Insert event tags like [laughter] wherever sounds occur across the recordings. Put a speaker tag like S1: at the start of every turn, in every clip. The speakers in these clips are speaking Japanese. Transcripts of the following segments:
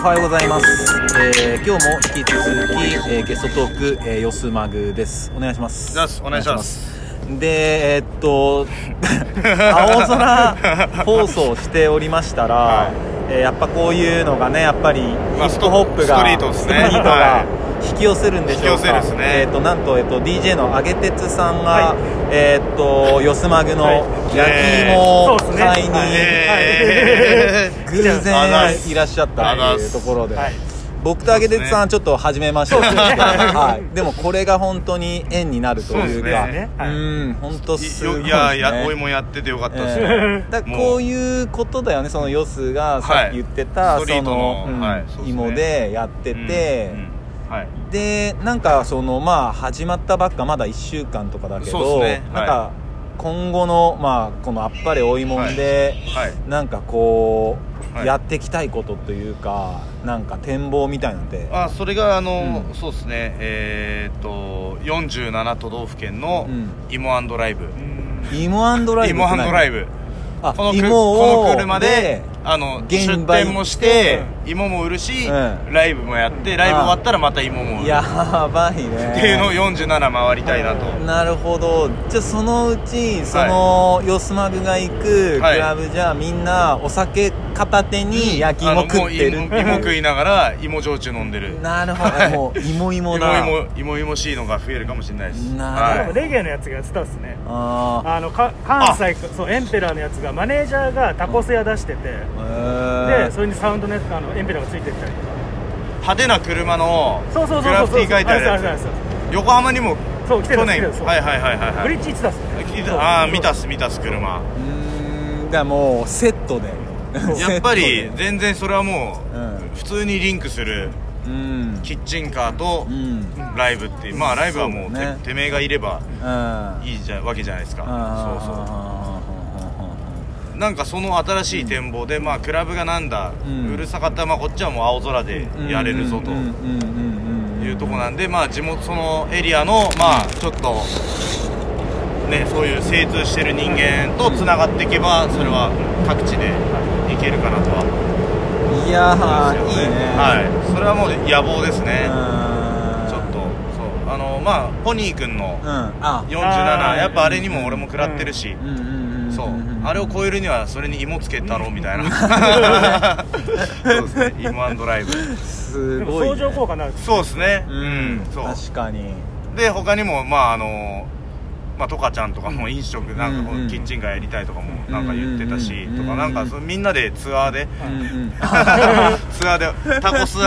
S1: おはようございます、えー今日も引き続き、えーゲストトーク、えー、よすまぐですお願いします
S2: よしお願いします
S1: お願いしますでえーっ
S2: [laughs]
S1: と青空放送しておりましたら、
S2: はい
S1: えーやっぱこういうのがねやっぱりヒ
S2: まあ
S1: ップホップが、
S2: ストリートですね
S1: ストリートが
S2: は
S1: 引き寄せるんでしょうか
S2: 引き寄せですね
S1: えーっとなんと,、えーっと DJ のあげてつさん
S3: は
S1: が、
S3: い
S1: えーっとよすまぐの
S3: はい
S1: 焼き芋を
S3: そうですね
S1: 買いに、
S3: はい
S2: えー
S1: 偶然いらっしゃったというところで、
S3: はい
S1: 僕とあげてつさんはちょっと初めましてなんですけど、はい、でもこれが本当に縁になるというか
S2: そうですね
S3: はい
S1: うん本当すごいです、ね、
S2: いやいやお芋やっててよかったですね、
S1: えーだから
S2: もう
S1: こういうことだよねそのヨスがさっき言ってた、
S2: はいスト
S1: そ
S2: リートの
S1: の、うん
S2: はいそうですね
S1: 芋でやってて、
S2: うんうんはい
S1: でなんかそのまあ始まったばっかまだ1週間とかだけ
S2: そ
S1: ど、
S2: うですね
S1: な
S2: は
S1: ん
S2: い
S1: か今後のまあこのあっぱれおいもんで、
S2: はい
S1: なんかこう、
S2: はい
S1: やっていきたいことというかなんか展望みたいなので
S2: あそれがあの、
S1: うん
S2: そうですねえー、っと47都道府県の
S1: うん
S2: 芋ライブ、
S1: 芋ドライブ
S2: 芋ライブ
S1: あ
S2: このく
S1: 芋を
S2: この車であの
S1: 現
S2: 出
S1: 場行って
S2: 店もして、芋も売るし、
S1: うん
S2: ライブもやってライブ終わったらまた芋も売る
S1: やばいね
S2: っていうのを47回りたいなと、
S1: なるほどじゃあそのうちそのよすまぐが行くク
S2: はい
S1: ラブじゃあみんなお酒片手に焼き
S2: あの
S1: 芋食
S2: も
S1: っ
S2: う
S1: てる
S2: 芋芋食いながら芋焼酎飲んでる
S1: なるほどもう芋芋
S2: 芋
S1: だ
S2: 芋芋芋しいのが増えるかもしれないです
S1: なる
S3: でもレゲエのやつがやってたっすね
S1: あ
S3: あのか関西かそうエンペラーのやつがマネージャーがタコス屋出してて
S1: あ
S3: でそれにサウンドのやつあのエンペラーがついてったりとか
S2: 派手な車の
S3: そうそうそうそ
S2: グ
S3: う
S2: ラフィティ書いてある
S3: そう
S2: や
S3: そうそうそう
S2: つ横浜にも
S3: そう来てる
S2: 去年
S3: 来てるそう
S2: はいはいはいはい
S3: ブ
S2: は
S3: リ
S2: い
S3: ッジ行ってたっすね
S2: 聞い
S3: そう
S2: たあー見たっ
S3: そう
S2: す見たっす車
S1: うーんだからもうセットで
S3: そう
S2: やっぱ
S1: セ
S2: り
S1: ットで
S2: 全然それはも
S1: うん
S2: う普通にリンクする
S1: うん
S2: キッチンカーと
S1: うん
S2: ライブっていうまあライブはも
S1: そ
S2: う
S1: うだね
S2: ててめえがいれば
S1: うん
S2: いいじゃわけじゃないですかそうそう
S1: そ
S2: なんかその新しい展望で、まあクラブがなんだ、
S1: う
S2: うんるさかった、まあ、こっちはもう青空でやれるぞというところなんで、まあ、地元そのエリアの、まあ、ちょっと、ね、そういう精通してる人間とつながっていけばそれは各地でいけるかなとは思うん
S1: いやー
S2: で
S1: いい
S2: すよね
S1: ね
S2: はい、それはもう野望です
S1: う
S2: ね
S1: ん
S2: ちょっとそうあの、まあ、ポニー君の
S1: うんあ
S2: 47
S3: あー
S2: やっぱあれにも俺も食らってるし、
S1: うんうんうん
S2: そうあれを超えるにはそれに芋つけたろみたいな
S1: [laughs]
S2: そうですね芋ドライブ
S1: す
S3: でも
S1: ごいね
S3: 相乗効果になる
S2: そうですねう、
S1: うんん
S2: そう
S1: 確かに
S2: で他にもまああのまあ、トカちゃんとかも飲食なんかこ
S1: うんうん
S2: うキッチンがやりたいとかもなんか言ってたし
S1: うん
S2: とかなんかそうみんなでツアーで [laughs]
S1: うん
S2: ツアーでタコス芋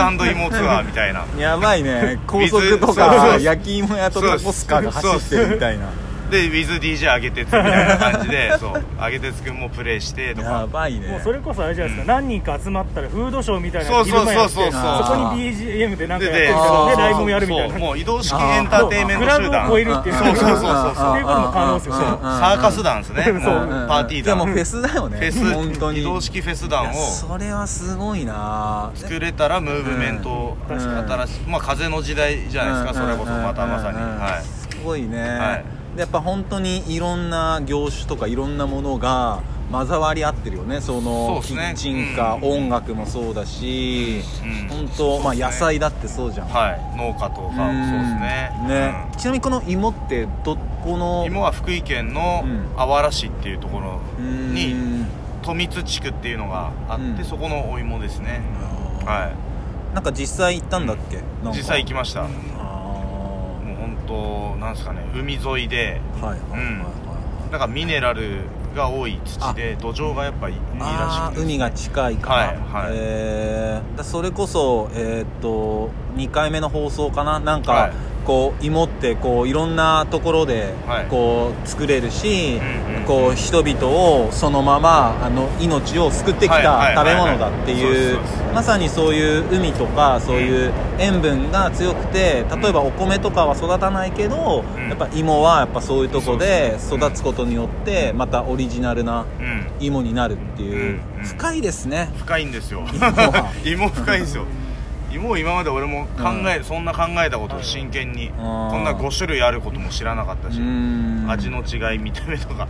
S2: ツアーみたいな
S1: うんやばいね高速
S2: 水
S1: と
S2: そう
S1: か
S2: そう
S1: 焼き芋屋とタコスカーが走ってるみたいな
S2: で WithDJ あげてつみたいな感じでそうあげてつくんもプレイしてと
S1: や
S2: か
S1: ばいね
S3: もうそれこそあれじゃないですか、何人か集まったらフードショーみたいな
S2: そうそう
S3: 昼間やって
S2: そうそう
S1: そう
S3: そこに BGM でなん
S2: で
S3: かやって
S2: で
S3: み
S1: あー
S3: た
S2: そう
S3: いなライブもやるみたい
S2: そ
S3: な
S2: うもう移動式エンターテインメント集
S3: クラブ
S2: 団
S3: を超えるっていう
S2: そうそうそうそうそう
S3: っていうことも可能ですよ
S1: うんうんうんうん
S2: サーカス団ですね、
S3: そう
S2: もう
S3: そう
S2: パーティー
S1: で
S2: 団
S1: もフェスだよね
S2: フェ
S1: 本当に
S2: 移動式フェス団を
S1: いやそれはすごいな
S2: 作れたらムーブメントを
S3: うん
S2: 新しい、まあ風の時代じゃないですか、それこそまたまさに、
S1: うんうんうんうん
S2: はい
S1: すごいね、
S2: はい
S1: でやっぱ本当にいろんな業種とかいろんなものが混ざわり合ってるよねそ
S2: そう
S1: の
S2: っす
S1: キ
S2: ね
S1: ッチンカー、
S2: うん
S1: 音楽もそうだし、
S2: うん
S1: 本当、まあ野菜だってそうじゃん、
S2: はい、農家とかそうですね
S1: うんね、ちなみにこの芋ってどこ
S2: う
S1: の
S2: ん芋は福井県の
S1: うん
S2: あわら市っていうところ
S1: うん
S2: に富津地区っていうのがあって、
S1: うん
S2: そこのお芋ですね、は
S1: なんか実際行ったんだっけ、なん
S2: い
S1: か
S2: 実際行きました、も
S1: あ
S2: う本当なんですかね海沿いで
S1: ーはいはいはいはい、
S2: なんかミネラルが多い土で土壌がやっぱいいら
S1: あー
S2: しくて
S1: 海が近いから、
S2: はいはい
S1: えーだそれこそ、えーっと2回目の放送かななんか、
S2: はい
S1: こう芋ってこういろんなところで、
S2: はい
S1: こう作れるし、
S2: うんうん
S1: こう人々をそのままあの命を救ってき
S2: はいは
S1: た食
S2: いはい
S1: べ
S2: は
S1: 物
S2: い
S1: だっていう
S2: そうですそう
S1: まさにそういう海とかそういう塩分が強くて例えばお米とかは育たないけど、
S2: うん
S1: やっぱ芋はやっぱそういうとこで
S2: そうそう
S1: 育つことによってまたオリジナルな
S2: うん
S1: 芋になるっていう、
S2: うんうん
S1: 深いですね
S2: 深いんで
S1: [laughs]
S2: すよ
S1: は
S2: 芋深いんですよ芋を今まで俺も考え、そんな考えたことを真剣にこんな5種類あることも知らなかったし
S1: うん
S2: 味の違い見た目とか、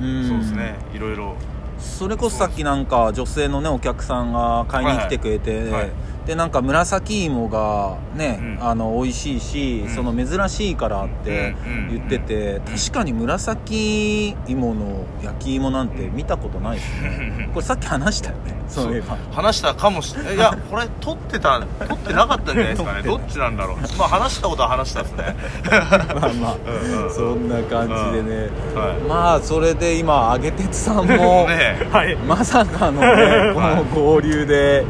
S1: うん
S2: そうですねいろいろ
S1: それこそさっきなんか女性のねお客さんが買いに来てくれて、
S2: いはい
S1: でなんか紫芋がね、
S2: うん
S1: あの美味しいし、
S2: うん
S1: その珍しいからって
S2: うん
S1: 言ってて、確かに紫芋の焼き芋なんて見たことないです
S2: [laughs]
S1: ねこれさっき話したよねそういえば
S2: 話したかもしれないやこれ撮ってた撮ってなかったんじゃないですか
S1: [laughs]
S2: ねどっちなんだろうまあ話したことは話したですね
S1: まあま
S2: うんう
S1: あ
S2: ん
S1: そんな感じでね、
S2: はい
S1: まあそれで今あげてつさんも
S2: [laughs] ねえ
S3: はい
S1: まさか
S2: [laughs]
S1: のねこの合流で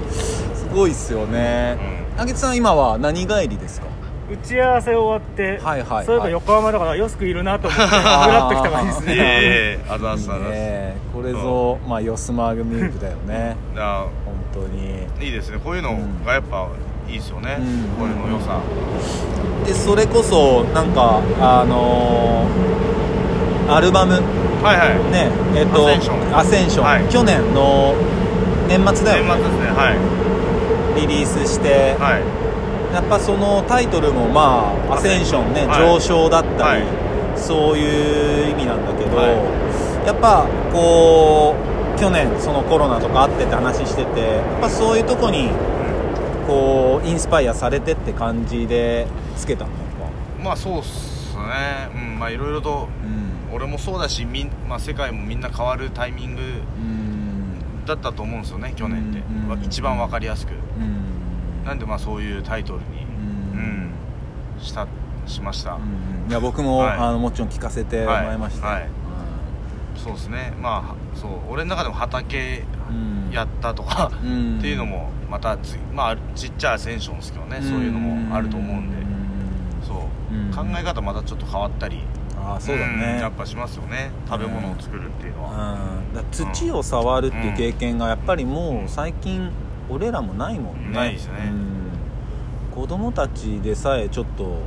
S1: すごいっすよねあげつさん今は何帰りですか
S3: 打ち合わせ終わって、
S1: はいはい
S3: そういえ
S1: は
S3: ば
S1: い
S3: 横浜だからよすくいるな
S1: [laughs]
S3: と思ってふらっと来た感じです
S2: いえい
S3: ね
S2: えいえあざあざあ
S1: ね
S2: ざ
S1: えこれぞ、まあよすま組ムーブだよね [laughs]
S2: あ
S1: 本当に
S2: いいですねこういうのがやっぱいいですよね、
S1: うん
S2: これの良さ、
S1: でそれこそなんかあのーアルバム
S2: はいはい
S1: ねえっと
S2: アセンション
S1: アセンション
S2: はい
S1: 去年の年末だ
S2: 年
S1: よ
S2: 末
S1: ね
S2: ですねはい
S1: リリースして、
S2: はい
S1: やっぱそのタイトルもまあアセンションね、
S2: はい
S1: 上昇だったり、
S2: は
S1: そういう意味なんだけど、
S2: は
S1: やっぱこう去年そのコロナとかあってって話しててやっぱそういうとこにこうインスパイアされてって感じでつけたのやっ
S2: うんまあそうっすねうんまあいろいろと
S1: ぱうん
S2: 俺もそうだしみん、まあ、世界もみんな変わるタイミング
S1: うん
S2: だったと思うんですよね去年って、
S1: うん
S2: わ一番わかりやすく
S1: うん
S2: なんでまあそういうタイトルに
S1: う
S2: うんん、したしました、
S1: うんいや僕も、
S2: はい
S1: あのもちろん聞かせてもらいました、
S2: はいはいそうですねまあはそう俺の中でも畑
S1: うん
S2: やったとか、
S1: うん
S2: [laughs] っていうのもまたつまあちっちゃいアセンションですけどね、
S1: ん
S2: そういうのもあると思うんで、
S1: ん
S2: そう、
S1: うん
S2: 考え方またちょっと変わったり
S1: ああそうだね、
S2: んやっぱしますよね食べ物を作るっていうのは、
S1: うんだから土を触るっていう経験がやっぱりもう最近俺らもないもんね
S2: ないですね
S1: うん子供たちでさえちょっと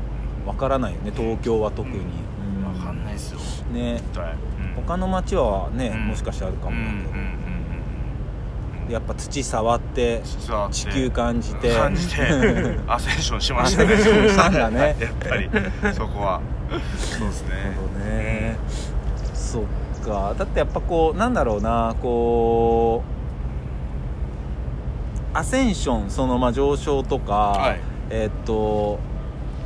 S1: わからないよね東京は特に、う
S2: わかんな
S1: い
S2: いですよ
S1: ね
S2: 絶対、うん
S1: 他の町はね、
S2: うん
S1: もしかしてあるか
S2: うんうん
S1: もだけど、
S2: うんうん
S1: やっぱ土触って
S2: 実はあって
S1: 地球感じて [laughs]
S2: 感じてアセンションしました
S1: アセンションしたんだね
S2: やっぱりそこはそうです
S1: な
S2: ね
S1: るほどね、そっかだってやっぱこうなんだろうなこうアセンションそのまあ上昇とか、
S2: はい
S1: えっと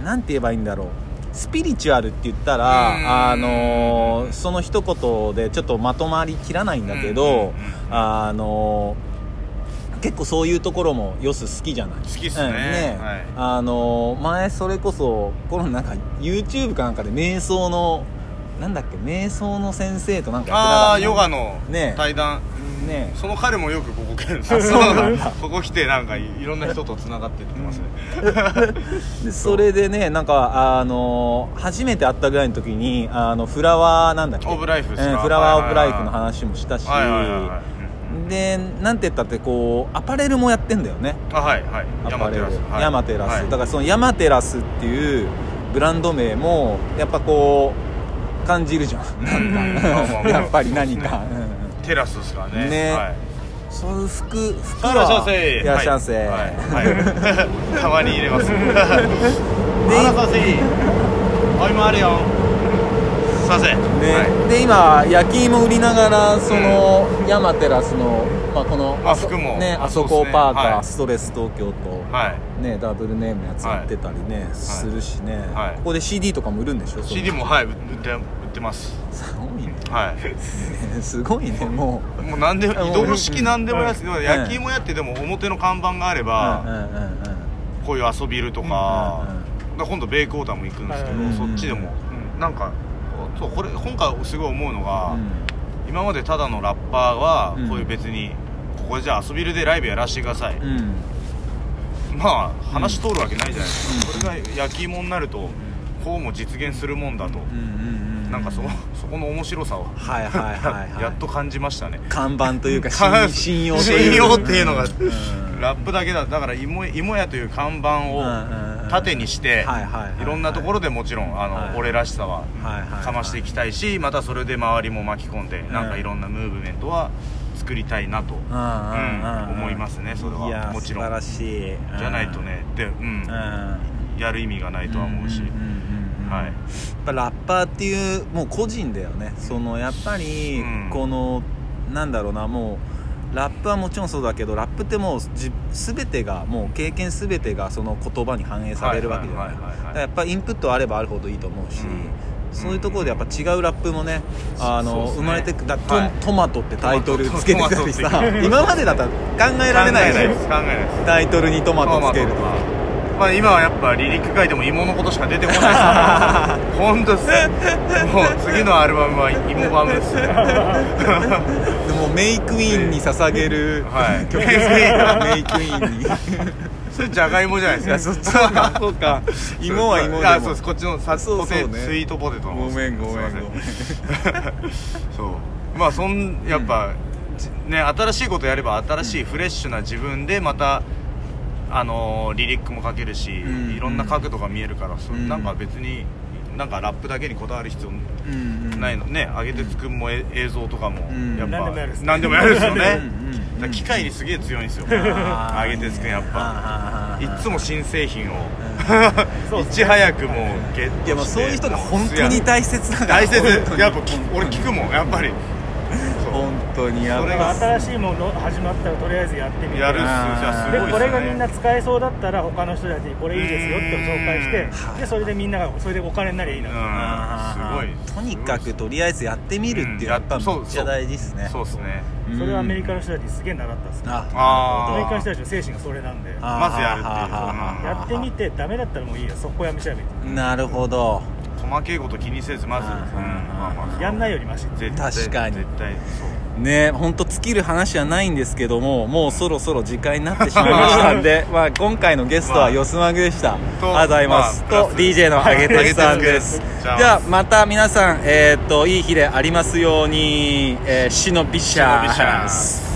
S1: なんて言えばいいんだろうスピリチュアルって言った
S2: うん
S1: らあのーその一言でちょっとまとまりきらないんだけど、
S2: うん
S1: あのー結構そういうところもよす好きじゃない
S2: 好きっす
S1: うん
S2: ね,、
S1: ね
S2: はい、
S1: あの前それこそこのなんか YouTube かなんかで瞑想のなんだっけ瞑想の先生となんか
S2: あ
S1: や
S2: あ
S1: って
S2: ヨ
S1: なか
S2: ガ
S1: った
S2: の
S1: ね
S2: 対談、
S1: ね
S2: その彼もよくここ来るんですよ
S1: そうなんだ
S2: ここ来てなんかいいろんな人とつながってってますね、
S1: でそれでねなんかあの初めて会ったぐらいの時にあのフラワーなんだっけ
S2: オブライフですか
S1: うんフラワーオブライフの話もしたし
S2: はいはいはいはい
S1: でなんて言ったってこうアパレルもやってんだよね
S2: あはいはい
S1: ア
S2: 山
S1: パレ
S2: テ
S1: ル
S2: ラス、はい、
S1: 山テラス、だ
S2: は
S1: からその山テラスっていうブランド名もやっぱこう感じるじゃん
S2: うん
S1: なん
S2: まあま
S1: か
S2: あまあ
S1: [laughs] やっぱり何か、うん
S2: い、テラスですからね
S1: ね
S2: はい
S1: そういう服服
S2: あ
S1: はい
S2: らっしゃいませ
S1: いらっしゃいませ、
S2: はいはい [laughs] はい、たまに入れます
S1: で
S2: あらさせおいもあるよさせ
S1: ねで今焼き芋売りながらその、山テラスの、まあ、この
S2: あ
S1: そ
S2: 服も
S1: ね
S2: あ
S1: あそこパーカー、
S2: そうっすねはい
S1: ストレス東京と、
S2: はい、はい
S1: ね、ダブルネームのやつやってたりね、するしね、
S2: はい
S1: ここで CD とかも売るんでしょ
S2: CD もはい売って売ってます
S1: すごいね
S2: はい
S1: すごいねもう
S2: もう何でも移動式何でもやす
S1: うん
S2: 焼き芋やってでも表の看板があれ
S1: うん
S2: ば
S1: うんうん
S2: こういう遊びるとか
S1: うんうんうん
S2: だから今度ベイクォーターも行くんですけ
S3: うん
S1: うん
S2: どそっちでもなんかそうこれ今回すごい思うのが今までただのラッパーは
S1: うん
S2: こういう別にここじゃあ遊びるでライブやらせてください
S1: うんうん
S2: まあ話通るわけないじゃないですかそれが焼き芋になるとこうも実現するもんだと
S1: うんうんうん
S2: なんかそそこの面白さを
S1: はいはいはい、はい、
S2: [laughs] やっと感じましたね
S1: 看板と
S2: [laughs]
S1: いうか
S2: か
S1: 信信用という
S2: [laughs] 信用っていうのが
S1: んうん
S2: ラップだけだだから芋芋屋という看
S1: うんうん
S2: 板
S1: うん
S2: を縦にして
S1: はいはいはい
S2: いろんなところでもちろんあの、
S1: はい
S2: 俺らしさは
S1: はいはいはい
S2: かましていきたいしまたそれで周りも巻き込んで、
S1: ん
S2: なんかいろんなムーブメントは作りたいなと、
S1: うんうんうんうん
S2: 思いますねそれはい
S1: や
S2: もちろん
S1: 素晴らしい
S2: じゃないとねで、うん
S1: うん
S2: やる意味がないとは思うし、
S1: んんんうん
S2: はい
S1: やっぱラッパーっていうもう個人だよねそのやっぱり
S2: うん
S1: この、なんだろうなもうラップはもちろんそうだけどラップってもうじ全てがもう経験全てがその言葉に反映されるわけじゃない
S2: はいはいはいは
S1: だ
S2: い
S1: からやっぱインプットあればあるほどいいと思うし、そういうところでやっぱ違うラップもねあの
S2: そうっすね
S1: 生まれてくだト,、
S2: はい
S1: トマトってタイトルつけてたり
S2: トマ
S1: さ
S2: トって
S1: 今までだったら考えられない
S2: 考えないで
S1: し
S2: す考えないです
S1: タイトルにトマトつけるとか。
S2: まあ今はやっぱリリック界でも芋のことしか出てこ [laughs] ないです本当ですもう次のアルバムは芋バムですね
S1: でもメイクインに捧げる、
S2: はい
S1: 曲ですねメイクインに
S2: それじゃがいもじゃない
S1: い
S2: で
S1: や
S2: す
S1: そっち
S2: か
S1: かそうか芋は芋でも
S2: あそうですこっちのさ
S1: そうそうね
S2: ポテスイートポテトの
S1: ごめんごめんごめん
S2: すいませんそうまあそんやっぱ、じね新しいことやれば新しいフレッシュな自分でまたあのーリリックも書けるし、
S1: ん
S2: いろんな角度が見えるから、そ
S1: うん
S2: なんか別になんかラップだけにこだわる必要
S1: うんうん
S2: ないのね上げてつくんもえ映像とかも、
S1: ん
S2: やっぱ
S3: 何でもやるっすね
S2: 何でもやるですよね
S1: うんうんうん
S2: だから機械にすげえ強いんですよ
S1: あー
S2: 上げてつくんやっ
S1: あ
S2: ぱい
S1: ー
S2: っつも新製品を
S3: そう
S2: [laughs] い
S3: っすね
S2: ち早くもうゲットして
S1: いやまあそういう人が本当に大切だから
S2: 大切
S1: 本当に
S2: やっぱき俺聞くもんやっぱりそう
S1: 本当にやっ
S2: それ
S3: まあ
S2: が
S1: ぱ
S3: 新しいもの始まったらとりあえずやってみて
S2: やるっすじ
S1: あー
S2: ゃあすごいっす
S3: で
S2: ね
S3: これがみんな使えそうだったら他の人たちにこれいいですよって紹介し
S1: うん
S3: てでそれでみんながそれでお金になりゃいいな
S2: うんすご
S1: と
S2: い
S1: にかくとりあえずやってみるっていう、
S2: うん
S1: やっぱめ
S2: そう
S1: っちゃ大事ですね
S2: そうですね
S1: うん
S3: それはアメリカの人たちにすげえ習ったっすね
S1: あ
S2: あー
S3: アメリカの人たちの精神がそれなんでや
S1: あー
S2: まずやるっていう
S1: あー
S2: や
S3: ってみてダメだったらもういいよそこやめちゃえばいい
S1: なるほど
S2: 細けいこと気にせずまず
S1: うん
S3: やんない
S2: よ
S3: よりマシ
S2: 絶対
S1: 確かに
S2: 絶対そう
S1: ね本当尽きる話はないんですけどももうそろそろ時間になってしまいましたん [laughs] でまあ今回のゲストはよすまぐでした、
S2: と
S1: ありがとうございます、
S2: まあ
S1: と
S2: プラス
S1: DJ のハゲテスさんで
S2: ハ
S1: すじ
S2: ゲテツです
S1: ゃあまた皆さん、えーっといい日でありますように、えー、シノビシャ
S2: シノビシャ
S1: ー